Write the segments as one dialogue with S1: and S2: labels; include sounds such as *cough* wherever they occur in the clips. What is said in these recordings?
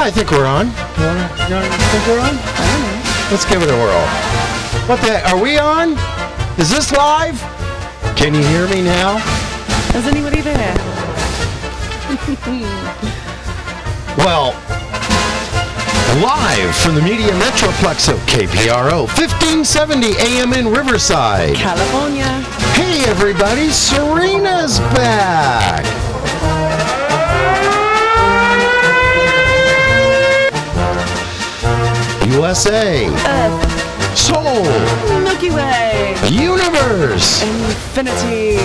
S1: I think we're on. You wanna- you wanna- you think we're on? Let's give it a whirl. What the? Are we on? Is this live? Can you hear me now?
S2: Is anybody *laughs* there?
S1: Well, live from the Media Metroplex of KPRO, 1570 AM in Riverside.
S2: California.
S1: Hey everybody, Serena's back. USA,
S2: Earth,
S1: Soul,
S2: Uh, Milky Way,
S1: Universe,
S2: infinity.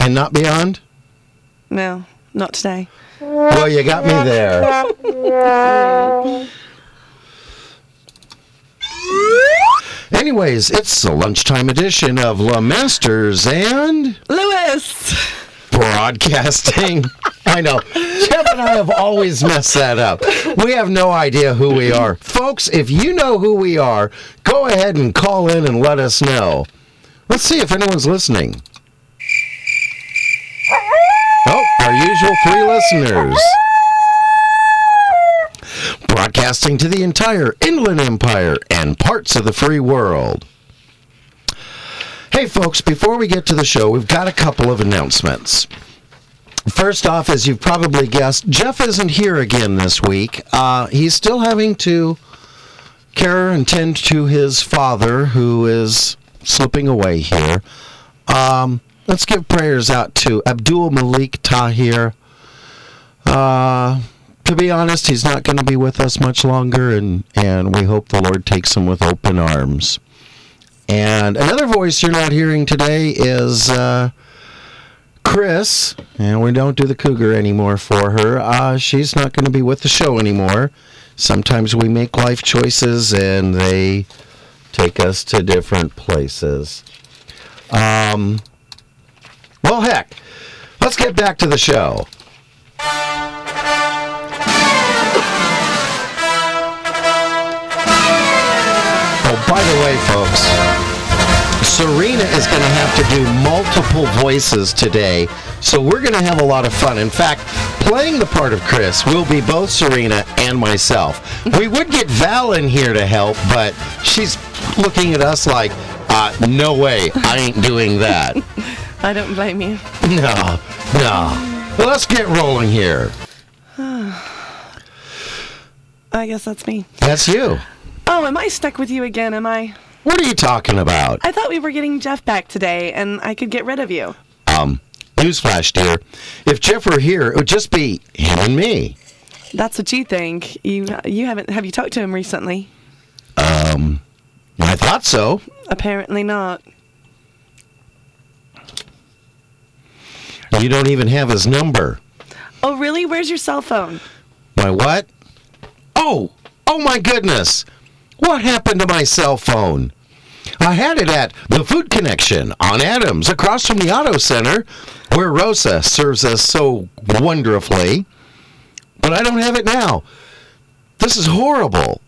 S1: and not beyond.
S2: No, not today.
S1: Well, you got me there. Anyways, it's the lunchtime edition of La Masters and
S2: Lewis!
S1: Broadcasting. *laughs* I know. Jeff and I have always messed that up. We have no idea who we are. Folks, if you know who we are, go ahead and call in and let us know. Let's see if anyone's listening. Oh, our usual three listeners. Broadcasting to the entire Inland Empire and parts of the free world. Hey, folks, before we get to the show, we've got a couple of announcements. First off, as you've probably guessed, Jeff isn't here again this week. Uh, he's still having to care and tend to his father, who is slipping away here. Um, let's give prayers out to Abdul Malik Tahir. Uh, to be honest, he's not going to be with us much longer, and, and we hope the Lord takes him with open arms. And another voice you're not hearing today is uh, Chris, and we don't do the cougar anymore for her. Uh, she's not going to be with the show anymore. Sometimes we make life choices and they take us to different places. Um, well, heck, let's get back to the show. Oh, by the way, folks, Serena is going to have to do multiple voices today, so we're going to have a lot of fun. In fact, playing the part of Chris will be both Serena and myself. We would get Val in here to help, but she's looking at us like, uh, no way, I ain't doing that. *laughs*
S2: I don't blame you.
S1: No, no. Well, let's get rolling here.
S2: I guess that's me.
S1: That's you.
S2: Oh, am I stuck with you again? Am I?
S1: What are you talking about?
S2: I thought we were getting Jeff back today and I could get rid of you.
S1: Um, newsflash, dear. If Jeff were here, it would just be him and me.
S2: That's what you think. You you haven't have you talked to him recently?
S1: I thought so.
S2: Apparently not.
S1: You don't even have his number.
S2: Oh really? Where's your cell phone?
S1: My what? Oh, oh my goodness. What happened to my cell phone? I had it at the Food Connection on Adams, across from the Auto Center, where Rosa serves us so wonderfully. But I don't have it now. This is horrible.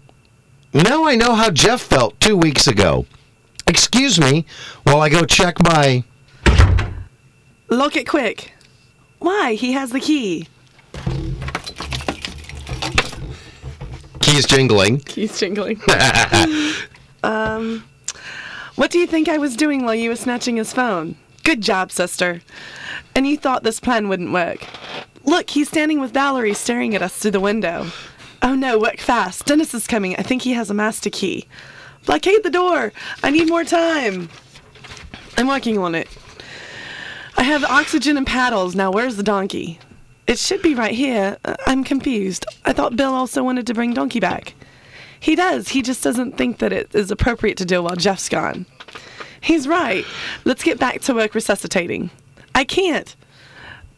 S1: Now I know how Jeff felt two weeks ago. Excuse me while I go check my.
S2: Lock it quick. Why? He has the key.
S1: Keys jingling.
S2: He's jingling. um, what do you think I was doing while you were snatching his phone? Good job, sister. And you thought this plan wouldn't work. Look, he's standing with Valerie staring at us through the window. Oh no, work fast. Dennis is coming. I think he has a master key. Blockade the door. I need more time. I'm working on it. I have oxygen and paddles. Now, where's the donkey? It should be right here. Uh, I'm confused. I thought Bill also wanted to bring Donkey back. He does. He just doesn't think that it is appropriate to do while Jeff's gone. He's right. Let's get back to work resuscitating. I can't.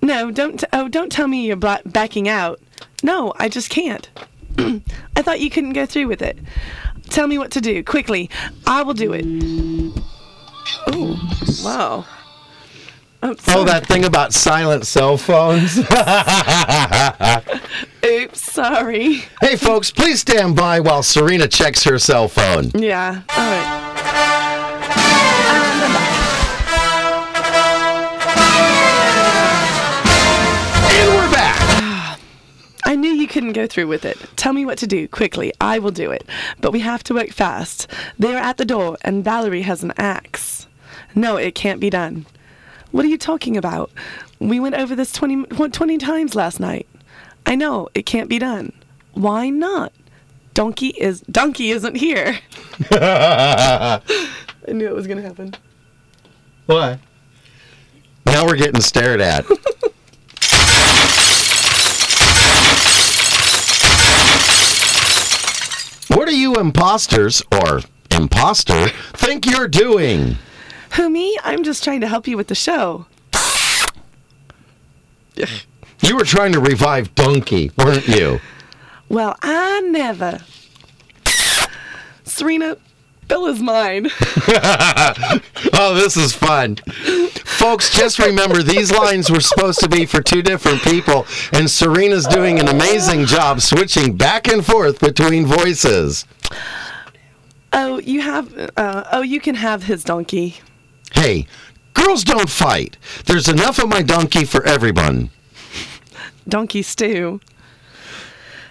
S2: No, don't. T- oh, don't tell me you're bla- backing out. No, I just can't. *clears throat* I thought you couldn't go through with it. Tell me what to do quickly. I will do it. Oh, wow. Oh,
S1: Oh,
S2: sorry.
S1: that thing about silent cell phones.
S2: Oops, sorry. *laughs*
S1: Hey, folks, please stand by while Serena checks her cell phone.
S2: Yeah. All right. And I'm back.
S1: And we're back.
S2: I knew you you couldn't go through with it. Tell me what to do quickly. I will do it. But we have to work fast. They are at the door, and Valerie has an axe. No, it can't be done. What are you talking about? We went over this 20, what, 20 times last night. I know, it can't be done. Why not? Donkey is donkey isn't here. *laughs* I knew it was gonna happen.
S3: Why?
S1: Now we're getting stared at. what do you imposters or imposter think you're doing?
S2: Who me? I'm just trying to help you with the show.
S1: You were trying to revive Donkey, weren't you?
S2: Well, I never. Serena, Bill is mine.
S1: Oh, this is fun. Folks, just remember these lines were supposed to be for two different people, and Serena's doing an amazing job switching back and forth between voices.
S2: Oh, you have. Uh, oh, you can have his donkey.
S1: Hey, girls don't fight. There's enough of my donkey for everyone.
S2: Donkey stew.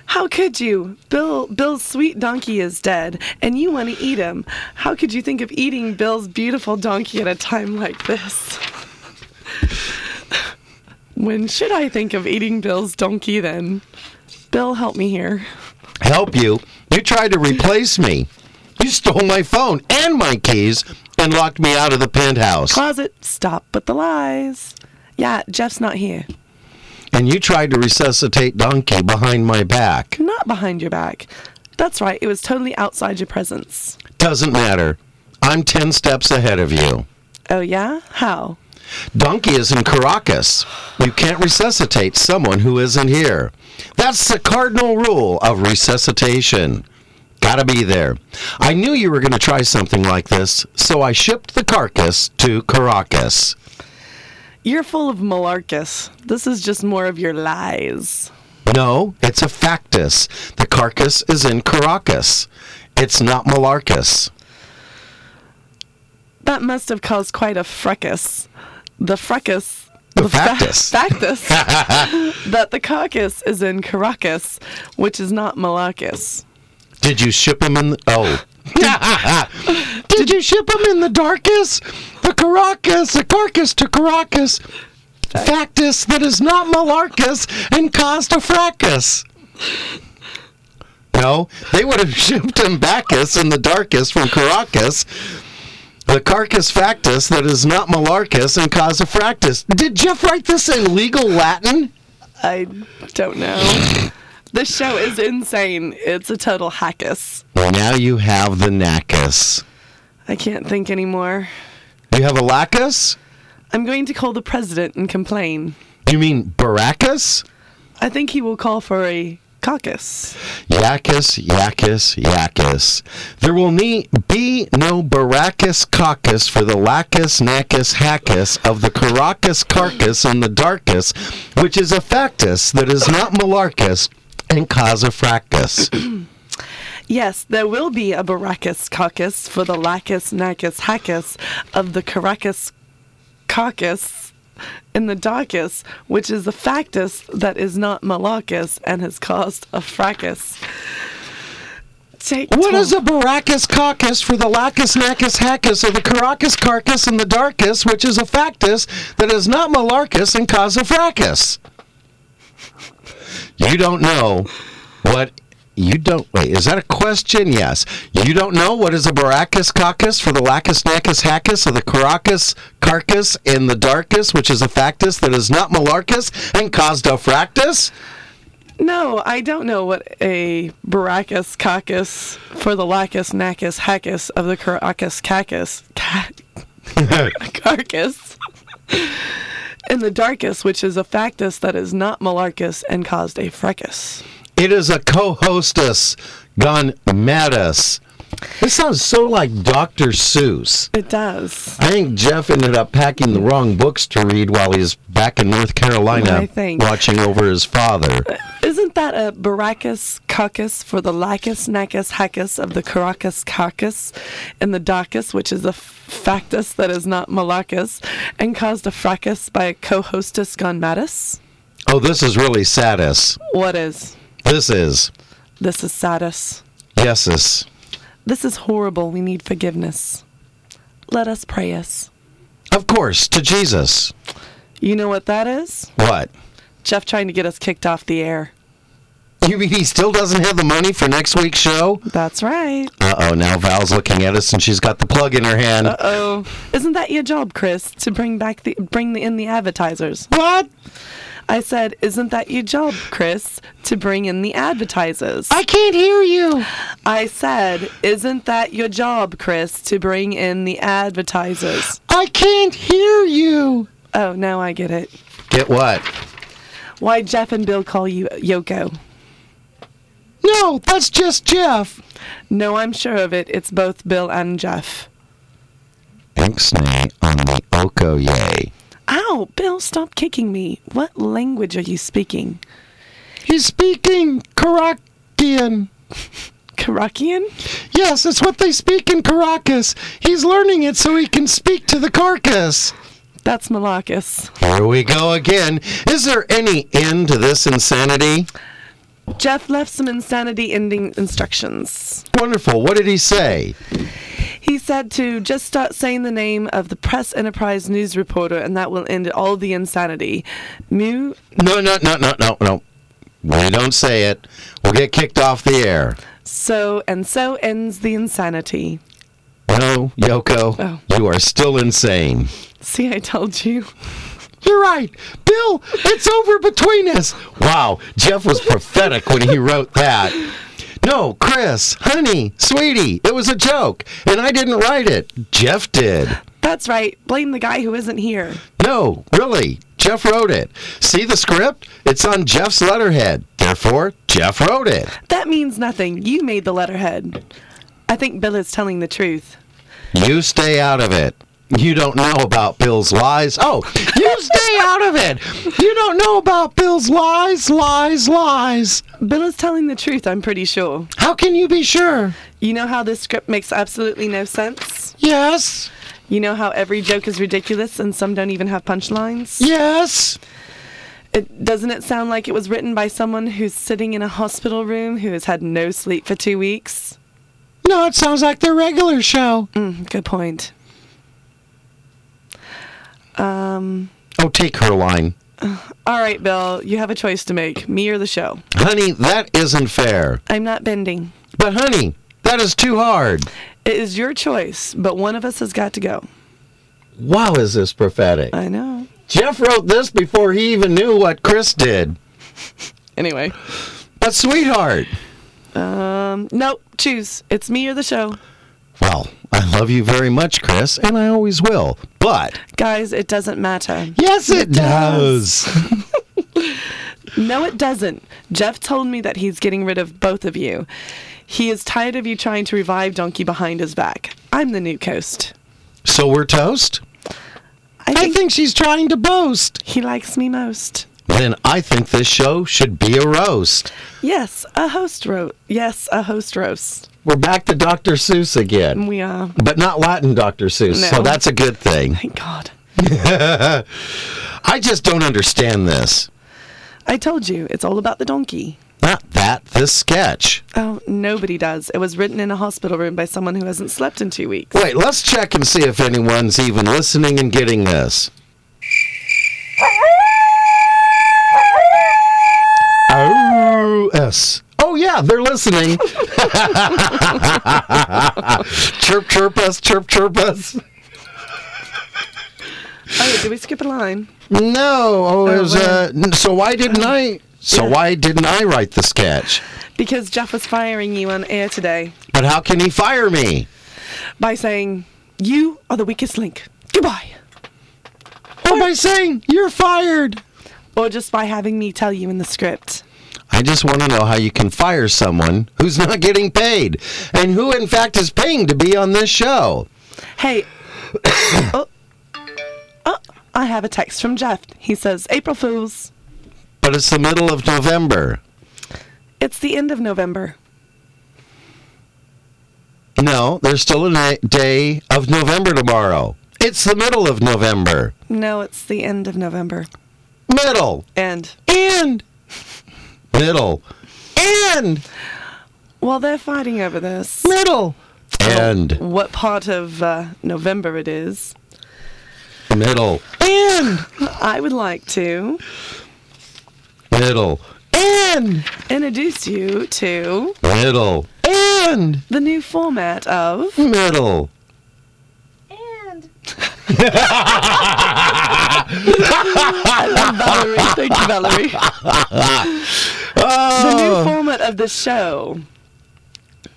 S2: How could you? Bill, Bill's sweet donkey is dead, and you want to eat him. How could you think of eating Bill's beautiful donkey at a time like this? when should I think of eating Bill's donkey then? Bill, help me here.
S1: Help you? You tried to replace me. You stole my phone and my keys and locked me out of the penthouse.
S2: Closet, stop with the lies. Yeah, Jeff's not here.
S1: And you tried to resuscitate Donkey behind my back.
S2: Not behind your back. That's right, it was totally outside your presence.
S1: Doesn't matter. I'm 10 steps ahead of you.
S2: Oh, yeah? How?
S1: Donkey is in Caracas. You can't resuscitate someone who isn't here. That's the cardinal rule of resuscitation. Gotta be there. I knew you were gonna try something like this, so I shipped the carcass to Caracas.
S2: You're full of malarcus. This is just more of your lies.
S1: No, it's a factus. The carcass is in Caracas. It's not Malarcus.
S2: That must have caused quite a fracas. The fracas.
S1: The
S2: fa-
S1: factus. *laughs*
S2: *laughs* factus. that the carcass is in Caracas, which is not Malacus.
S1: Did you ship him in? The, oh. Did you ship him in the darkest? The Caracas, the carcass to Caracas. Factus that is not Malarcus and caused a fracas. No, they would have *laughs* shipped him Bacchus in the darkest from Caracas. The carcass factus that is not Malarcus and caused a fractus. Did Jeff write this in legal Latin?
S2: I
S1: *laughs*
S2: don't know. This show is insane. It's a total hackus.
S1: Well, now you have the nacus.
S2: I can't think anymore.
S1: You have a lacus?
S2: I'm going to call the president and complain.
S1: You mean Baracus?
S2: I think he will call for a caucus.
S1: Yakus, yakus, yakus. There will ne- be no Baracus caucus for the lacus, nacus, hackus of the Caracas carcass and the darkus, which is a factus that is not malarcus and cause a fractus.
S2: Yes, there will be a Baracus caucus for the Lacus Nacus Hackus of the Caracas caucus in the Darkus, which is the factus that is not Malacus and has caused a fracas. Take
S1: What
S2: 12.
S1: is a Baracus caucus for the Lacus Nacus Hackus of the Caracas carcass and the Darkus, which is a factus that is not Malarcus and cause a fracas? You don't know what you don't wait, is that a question? Yes. You don't know what is a Baracus caucus for the Lacus Nacus Hackus of the Caracas carcass and the Darkus, which is a factus that is not Malarcus and caused a fractus?
S2: No, I don't know what a Baracus caucus for the Lacus Nacus Hackus of the Caracas cacus ca- *laughs* carcass in the darkest, which is a factus that is not Malarcus and caused a fracas.
S1: It is a co-hostess gone mad us. This sounds so like Dr. Seuss.
S2: It does.
S1: I think Jeff ended up packing the wrong books to read while he's back in North
S2: I
S1: Carolina
S2: think.
S1: watching over his
S2: *laughs*
S1: father.
S2: Isn't that a Baracus caucus for the Lacus Nacus Hackus of the Caracas carcass in the darkest, which is a factus that is not Malarcus and caused a fracas by a co hostess gone mad us?
S1: Oh, this is really sadis.
S2: What is?
S1: This is
S2: This is sadus.
S1: yeses.
S2: This is horrible. We need forgiveness. Let us pray us.
S1: Of course, to Jesus.
S2: You know what that is?
S1: What?
S2: Jeff trying to get us kicked off the air.
S1: You mean he still doesn't have the money for next week's show?
S2: That's right.
S1: Uh oh, now Val's looking at us and she's got the plug in her hand.
S2: Oh, isn't that your job, Chris, to bring back the bring the, in the advertisers?
S1: What?
S2: I said, isn't that your job, Chris, to bring in the advertisers?
S1: I can't hear you.
S2: I said, isn't that your job, Chris, to bring in the advertisers?
S1: I can't hear you.
S2: Oh, now I get it.
S1: Get what?
S2: Why Jeff and Bill call you Yoko?
S1: No, that's just Jeff.
S2: No, I'm sure of it. It's both Bill and Jeff.
S1: Ixnay on the Okoye.
S2: Ow, Bill, stop kicking me. What language are you speaking?
S1: He's speaking Karakian.
S2: Karakian?
S1: Yes, it's what they speak in Caracas. He's learning it so he can speak to the carcass.
S2: That's Malacus.
S1: Here we go again. Is there any end to this insanity?
S2: Jeff left some insanity ending instructions.
S1: Wonderful. What did he say?
S2: He said to just start saying the name of the Press Enterprise news reporter, and that will end all the insanity. Mew,
S1: No, no, no, no, no, no. We don't say it. We'll get kicked off the air.
S2: so and so ends the insanity.
S1: No, Yoko,
S2: Oh.
S1: you are still insane.
S2: See, I told you.
S1: You're right. Bill, it's over between us. Wow, Jeff was prophetic when he wrote that. No, Chris, honey, sweetie, it was a joke, and I didn't write it. Jeff did.
S2: That's right. Blame the guy who isn't here.
S1: No, really, Jeff wrote it. See the script? It's on Jeff's letterhead. Therefore, Jeff wrote it.
S2: That means nothing. You made the letterhead. I think Bill is telling the truth.
S1: You stay out of it. You don't know about Bill's lies. Oh, you stay out of it. You don't know about Bill's lies, lies, lies.
S2: Bill is telling the truth, I'm pretty sure.
S1: How can you be sure?
S2: You know how this script makes absolutely no sense?
S1: Yes,
S2: You know how every joke is ridiculous and some don't even have punchlines?
S1: yes.
S2: It, doesn't it sound like it was written by someone who's sitting in a hospital room who has had no sleep for two weeks?
S1: No, it sounds like their regular show.
S2: Mm, good point. Um,
S1: Oh, take her line.
S2: all right, Bill, you have a choice to make me or the show.
S1: Honey, that isn't fair.
S2: I'm not bending.
S1: But, honey, that is too hard.
S2: It is your choice, but one of us has got to go.
S1: Wow, is this prophetic?
S2: I know.
S1: Jeff wrote this before he even knew what Chris did.
S2: Anyway,
S1: But, sweetheart,
S2: um, nope, choose. It's me or the show.
S1: well, I love you very much, Chris, and I always will. But,
S2: Guys, it doesn't matter.
S1: yes, it, does.
S2: No, it doesn't. Jeff told me that he's getting rid of both of you. He is tired of you trying to revive Donkey behind his back. I'm the new coast.
S1: So, we're toast?
S2: I think,
S1: she's trying to boast.
S2: he likes me most.
S1: Then I think this show should be a roast.
S2: Yes, a host roast. Yes, a host roast.
S1: We're back to Dr. Seuss again.
S2: We are.
S1: but not Latin Dr. Seuss. So
S2: No.
S1: that's a good thing.
S2: Thank God.
S1: I just don't understand this.
S2: I told you, it's all about the donkey.
S1: Not that, this sketch.
S2: Oh, nobody does. It was written in a hospital room by someone who hasn't slept in two weeks.
S1: Wait, let's check and see if anyone's even listening and getting this. Oh, S. Oh, yeah, they're listening. *laughs* chirp, chirp us, chirp, chirp us.
S2: Oh, did we skip a line?
S1: No, oh, it
S2: Oh,
S1: was, uh, n- so why didn't I? So why didn't I write the sketch?
S2: Because Jeff was firing you on air today
S1: But how can he fire me?
S2: by saying, You are the weakest link. Goodbye.
S1: What am I saying? You're fired.
S2: Or just by having me tell you in the script.
S1: I just want to know how you can fire someone who's not getting paid and who, in fact, is paying to be on this show.
S2: Hey, *coughs* oh, oh, I have a text from Jeff. He says, April Fools,
S1: But it's the middle of November.
S2: it's the end of November.
S1: No, there's still a ni- day of November tomorrow. It's the middle of November.
S2: No, it's the end of November.
S1: Middle
S2: And
S1: and middle end.
S2: Well, they're fighting over this.
S1: Middle. And.
S2: What part of uh, November it is.
S1: Middle. And.
S2: I would like to
S1: Middle. And.
S2: introduce you to
S1: Middle. And.
S2: the new
S1: *laughs*
S2: format of.
S1: Middle.
S4: And
S2: Valerie. Thank you,
S1: *laughs*
S2: Valerie. The new
S1: Oh.
S2: format of the show.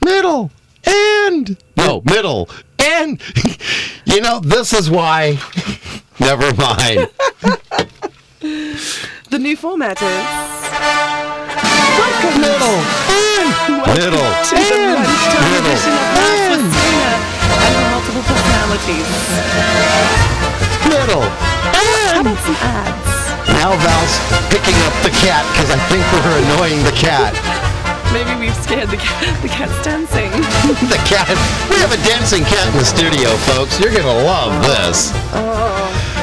S1: middle. And. No, middle. And. *laughs* you know, this is why. *laughs* Never mind.
S2: The new format is.
S1: *laughs* middle. And. Middle.
S2: To the lunchtime
S1: Middle.
S2: edition of Lunch with Serena and her multiple personalities.
S1: Middle.
S2: How
S1: And.
S2: about some ads?
S1: Now Val's picking up the cat because I think we're annoying the cat.
S2: Maybe we've scared the cat. The cat's dancing.
S1: The cat. We have a dancing cat in the studio, folks. You're gonna love this.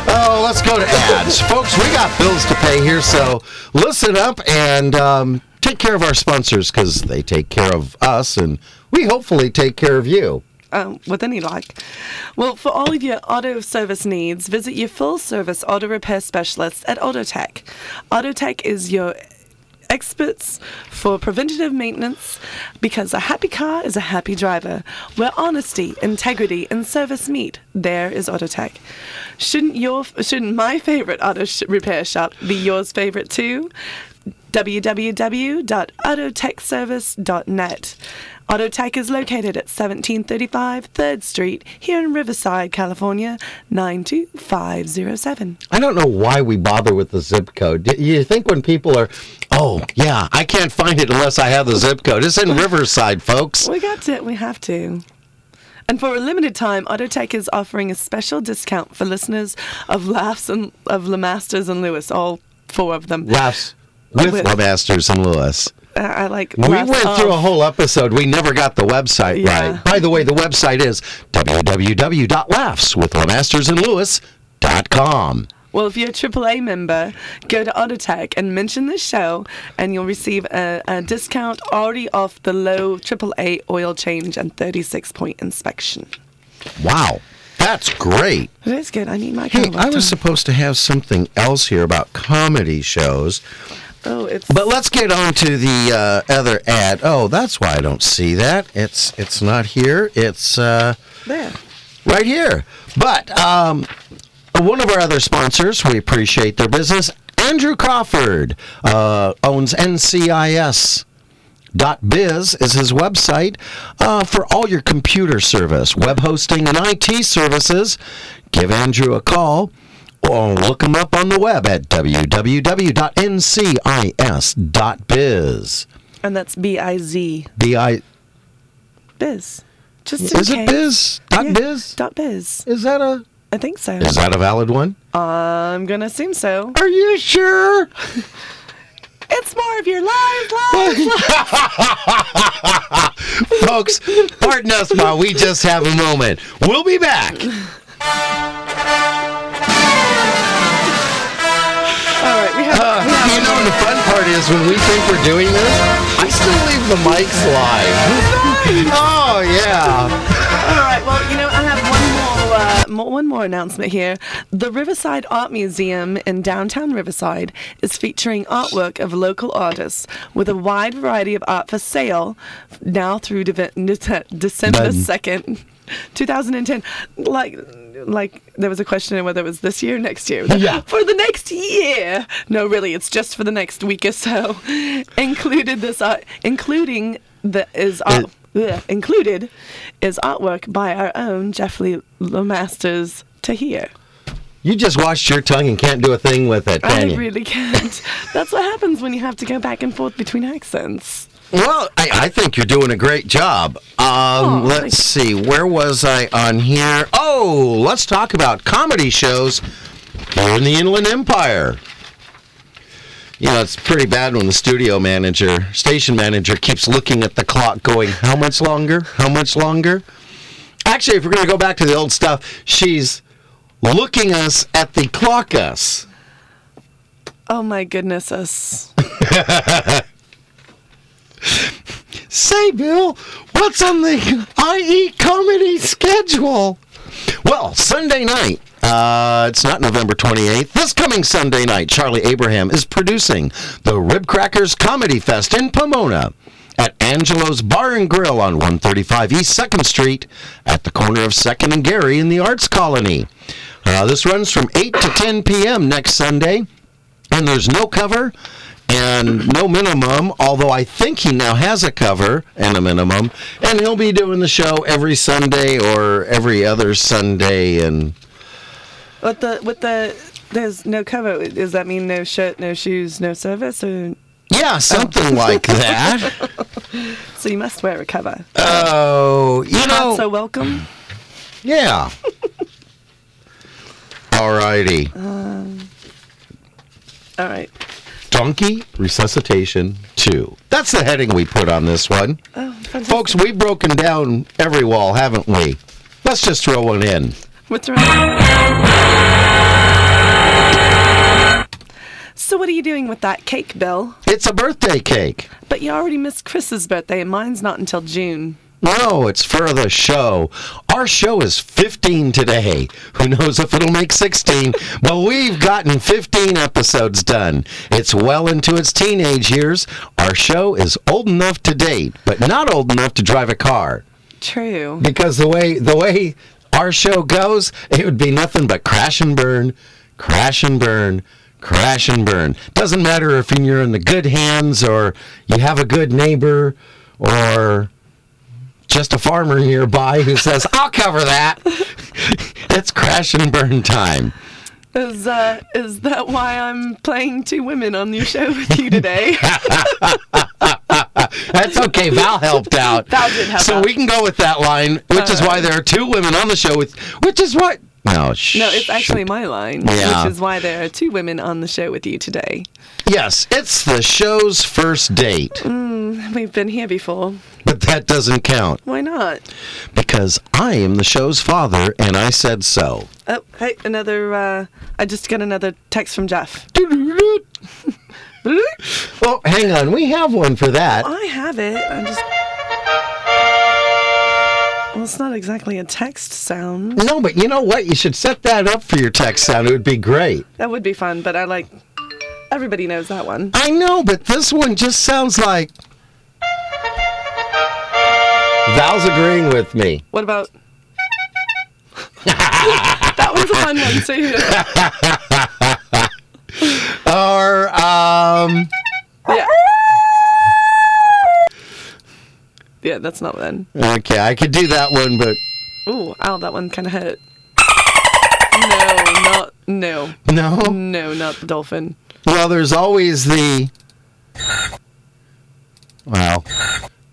S1: Oh, let's go to ads, folks. We got bills to pay here, so listen up and um, take care of our sponsors because they take care of us, and we hopefully take care of you.
S2: um, with any luck. Well, for all of your auto service needs, visit your full service auto repair specialist at Autotech. Autotech is your experts for preventative maintenance because a happy car is a happy driver. Where honesty, integrity, and service meet, there is Autotech. Shouldn't your shouldn't my favorite auto sh- repair shop be yours favorite too? www.autotechservice.net. Autotech is located at 1735 3rd Street here in Riverside, California 92507.
S1: I don't know why we bother with the zip code. Do You think when people are, oh yeah, I can't find it unless I have the zip code. It's in Riverside, folks.
S2: We got to. We have to. And for a limited time, Autotech is offering a special discount for listeners of Laughs and of Lamasters and Lewis, all four of them.
S1: Laughs with,
S2: With-
S1: Masters and Lewis.
S2: I, I like.
S1: We
S2: laughs Oh,
S1: went
S2: off.
S1: through a whole episode. We never got the website
S2: Yeah.
S1: right. By the way, the website is www.laughswithlemastersandlewis.com.
S2: Well, if you're a AAA member, go to Autotech and mention this show, and you'll receive a, a discount already off the low AAA oil change and 36 point inspection.
S1: Wow. That's great.
S2: It is good. I need my.
S1: Hey,
S2: kind of
S1: I was
S2: laptop.
S1: supposed to have something else here about comedy shows,
S2: Oh, it's.
S1: but let's get on to the uh, other ad. Oh, that's why I don't see that. It's it's not here. It's uh,
S2: there.
S1: right here. But um, one of our other sponsors, we appreciate their business. Andrew Crawford uh, owns NCIS. Dot biz is his website uh, for all your computer service, web hosting, and IT services. Give Andrew a call or look him up on the web at www.ncis.biz.
S2: And that's B I Z.
S1: B I
S2: Biz. Just in
S1: is it
S2: case.
S1: biz? Dot
S2: Yeah,
S1: biz?
S2: Dot biz.
S1: Is that a
S2: I think so.
S1: is that a valid one?
S2: I'm gonna assume so.
S1: Are you sure?
S2: It's more of your life, life.
S1: Folks, pardon us while we just have a moment. We'll be back.
S2: All right, we have.
S1: Uh,
S2: we have-
S1: you know, the fun part is when we think we're doing this, I still leave the mics live. *laughs* Oh, yeah.
S2: All right. Well, you know, I have one more, uh, mo- one more announcement here. The Riverside Art Museum in downtown Riverside is featuring artwork of local artists with a wide variety of art for sale now through Deve- *laughs* December
S1: None.
S2: second, two thousand and ten. Like. Like there was a question of whether it was this year, or next year,
S1: Yeah.
S2: *laughs* for the next year. No, really, it's just for the next week or so. *laughs* Included this art, including the is art,
S1: Uh,
S2: Ugh, included is artwork by our own Jeffrey Lemasters Tahir.
S1: You just washed your tongue and can't do a thing with it,
S2: I
S1: can you?
S2: really can't. *laughs* That's what happens when you have to go back and forth between accents.
S1: Well, I, I think you're doing a great job. Um, let's see, where was I on here? Oh, let's talk about comedy shows here in the Inland Empire. You know, it's pretty bad when the studio manager, station manager, keeps looking at the clock going, how much longer? How much longer? Actually, if we're going to go back to the old stuff, she's looking us at the clock us.
S2: Oh my goodness us.
S1: Say, Bill, what's on the IE comedy schedule? Well, Sunday night. Uh, it's not November 28th. This coming Sunday night, Charlie Abraham is producing the Ribcrackers Comedy Fest in Pomona at Angelo's Bar and Grill on 135 East 2nd Street at the corner of 2nd and Gary in the Arts Colony. Uh, this runs from 8 to 10 p.m. next Sunday, and there's no cover and no minimum, although I think he now has a cover and a minimum, and he'll be doing the show every Sunday or every other Sunday. And
S2: With the with the there's no cover. Does that mean no shirt, no shoes, no service? Or,
S1: yeah, something
S2: *laughs*
S1: like that.
S2: so you must wear a cover.
S1: Oh, you know.
S2: Not so welcome.
S1: Yeah. Alrighty.
S2: All right.
S1: Donkey Resuscitation 2. That's the heading we put on this one.
S2: Oh, fantastic.
S1: Folks, we've broken down every wall, haven't we? Let's just throw one in.
S2: What's wrong? So what are you doing with that cake, Bill?
S1: It's a birthday cake.
S2: But you already missed Chris's birthday, and mine's not until June.
S1: No, it's for the show. Our show is 15 today. Who knows if it'll make 16? but we've gotten 15 episodes done. It's well into its teenage years. Our show is old enough to date, but not old enough to drive a car.
S2: True.
S1: because the way the way our show goes, it would be nothing but crash and burn, crash and burn, crash and burn. Doesn't matter if you're in the good hands or you have a good neighbor or just a farmer nearby who says, "I'll cover that." *laughs* it's crash and burn time.
S2: Is uh, is that why I'm playing two women on your show with
S1: *laughs*
S2: you today?
S1: That's okay. Val helped out.
S2: *laughs* Val did help
S1: so
S2: out. Uh,
S1: we can go with that line, which is why there are two women on the show. With which is what? No,
S2: no, it's actually
S1: shoot.
S2: my line,
S1: Yeah.
S2: which is why there are two women on the show with you today.
S1: Yes, it's the show's first date,
S2: We've been here before.
S1: but that doesn't count
S2: Why not?
S1: because I am the show's father and I said so.
S2: Oh, hey, another. Uh, I just got another text from Jeff.
S1: Oh, hang on, we have one for that.
S2: I have it. I just. Well, it's not exactly a text sound.
S1: No, but you know what? You should set that up for your text sound. It would be great.
S2: That would be fun, but I like. Everybody knows that one.
S1: I know, but this one just sounds like. Val's agreeing with me.
S2: What about? *laughs* that one's a fun one too.
S1: Or, um.
S2: Yeah. Yeah, that's not one.
S1: Okay, I could do that one, but
S2: Ooh, ow, that one kind of hurt. No, not no,
S1: no.
S2: no, not the dolphin.
S1: Well, there's always the. Well,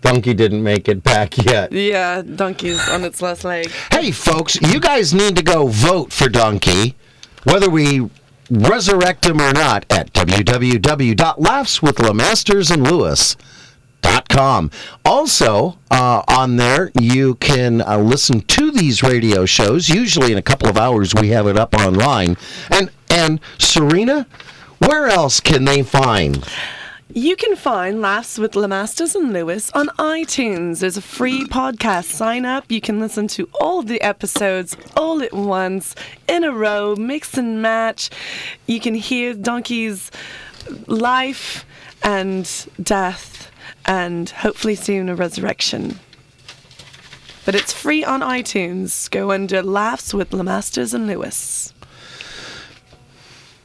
S1: Donkey didn't make it back yet.
S2: Yeah, donkey's on its last leg.
S1: Hey, folks, you guys need to go vote for Donkey, whether we resurrect him or not, at www.laughswithlemastersandlewis.com. Also, uh, on there, you can uh, listen to these radio shows. Usually, in a couple of hours, we have it up online. And and Serena, where else can they find?
S2: You can find Laughs with Lamasters and Lewis on iTunes. There's a free podcast. Sign up. You can listen to all the episodes all at once, in a row, mix and match. You can hear Donkey's life and death, and hopefully soon a resurrection. But it's free on iTunes. Go under Laughs with Lamasters and Lewis.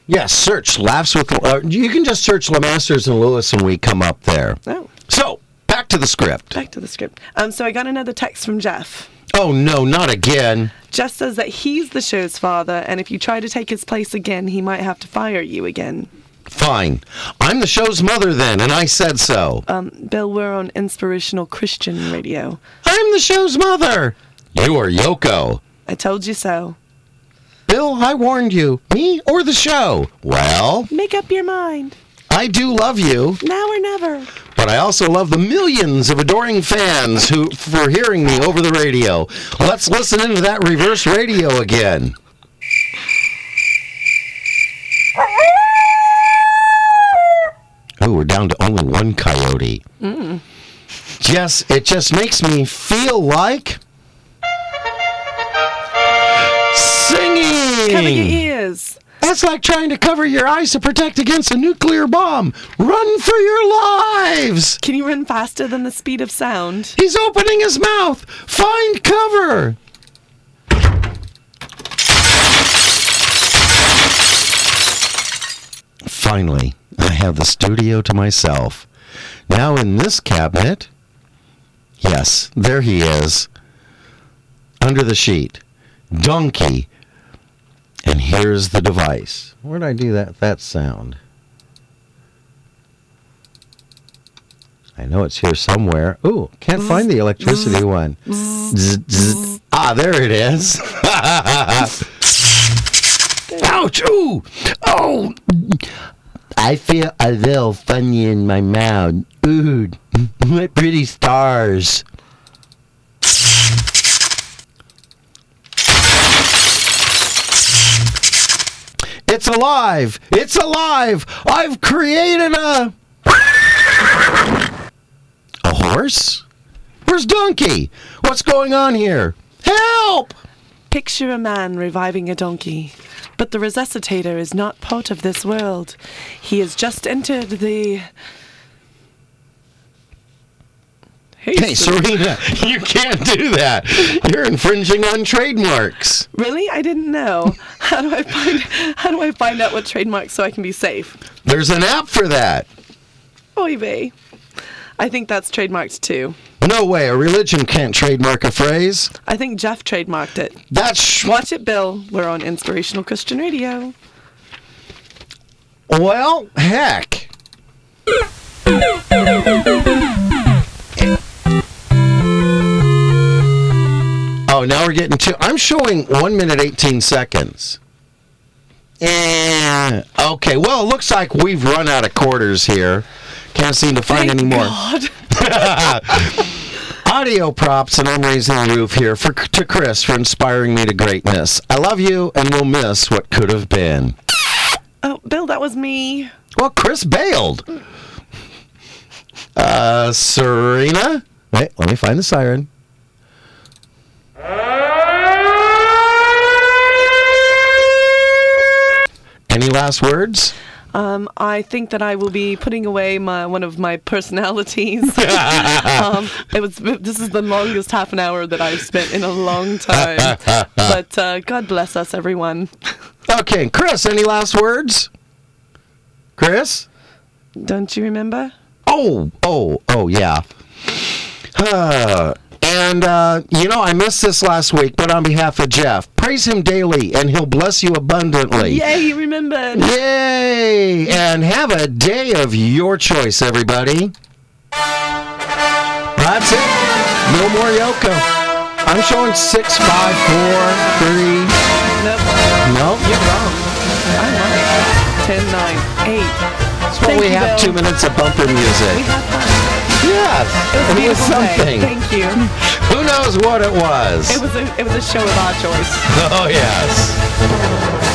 S1: Yes, search Laughs with. Uh, you can just search Lemasters and Lewis, and we come up there.
S2: Oh,
S1: So back to the script.
S2: back to the script. Um, so I got another text from Jeff.
S1: Oh no, not again.
S2: Jeff says that he's the show's father, and if you try to take his place again, he might have to fire you again.
S1: Fine. I'm the show's mother then, and I said so.
S2: Um, Bill, we're on inspirational Christian radio.
S1: I'm the show's mother. You are Yoko.
S2: I told you so.
S1: Bill, I warned you. Me or the show? Well,
S2: Make up your mind.
S1: I do love you,
S2: Now or never.
S1: but I also love the millions of adoring fans who for hearing me over the radio. Let's listen into that reverse radio again.
S2: Mm.
S1: Oh, we're down to only one coyote. Yes, it just makes me feel like singing.
S2: Cover your ears.
S1: That's like trying to cover your eyes to protect against a nuclear bomb. Run for your lives!
S2: Can you run faster than the speed of sound?
S1: He's opening his mouth! Find cover! Finally, I have the studio to myself. Now, in this cabinet. Yes, there he is. Under the sheet. Donkey. And here's the device. Where'd I do that that sound? I know it's here somewhere. Ooh, can't find the electricity one. Zzz, zzz. Ah, there it is. *laughs* Ouch! Ooh! Oh! I feel a little funny in my mouth. Ooh, *laughs* what pretty stars. It's alive! It's alive! I've created a. A horse? Where's Donkey? What's going on here? Help!
S2: Picture a man reviving a donkey, but the resuscitator is not part of this world. He has just entered the. Hey,
S1: Hey,
S2: sir.
S1: Serena, *laughs* you can't do that. You're infringing on trademarks.
S2: Really? I didn't know. *laughs* How do I find How do I find out what trademarks so I can be safe?
S1: There's an app for that.
S2: Oy vey. I think that's trademarked too.
S1: No way, a religion can't trademark a phrase.
S2: I think Jeff trademarked it.
S1: That's sh-
S2: Watch it, Bill. We're on Inspirational Christian Radio.
S1: Well, heck. Oh, now we're getting to. I'm showing 1 minute 18 seconds. Eh, okay, well, it looks like we've run out of quarters here. Can't seem to find
S2: Thank
S1: any more.
S2: God.
S1: Audio props, and I'm raising the roof here for to Chris for inspiring me to greatness. I love you, and we'll miss what could have been.
S2: Oh, Bill, that was me.
S1: Well, Chris bailed. Uh, Serena? Wait, let me find the siren. Any last words?
S2: Um, I think that I will be putting away my one of my personalities. um, it was this is the longest half an hour that I've spent in a long time. but uh, God bless us, everyone.
S1: Okay, Chris, any last words? Chris?
S2: Don't you remember?
S1: Oh, oh, oh, yeah. *sighs* Uh, and, uh, you know, I missed this last week, but on behalf of Jeff, praise him daily and he'll bless you abundantly.
S2: Yay, you remembered.
S1: Yay! And have a day of your choice, everybody. That's it. No more Yoko. I'm showing six, five, four, three.
S2: Nope,
S1: No,
S2: you're wrong. I'm right. Ten, nine, eight.
S1: that's what
S2: Thank
S1: we
S2: you,
S1: have.
S2: Bill.
S1: Two minutes of bumper
S2: We
S1: music.
S2: have fun.
S1: Yeah,
S2: It was a
S1: and it was
S2: beautiful day.
S1: something.
S2: Thank you.
S1: Who knows what it was? *laughs*
S2: It was a it was a show of our choice.
S1: oh yes.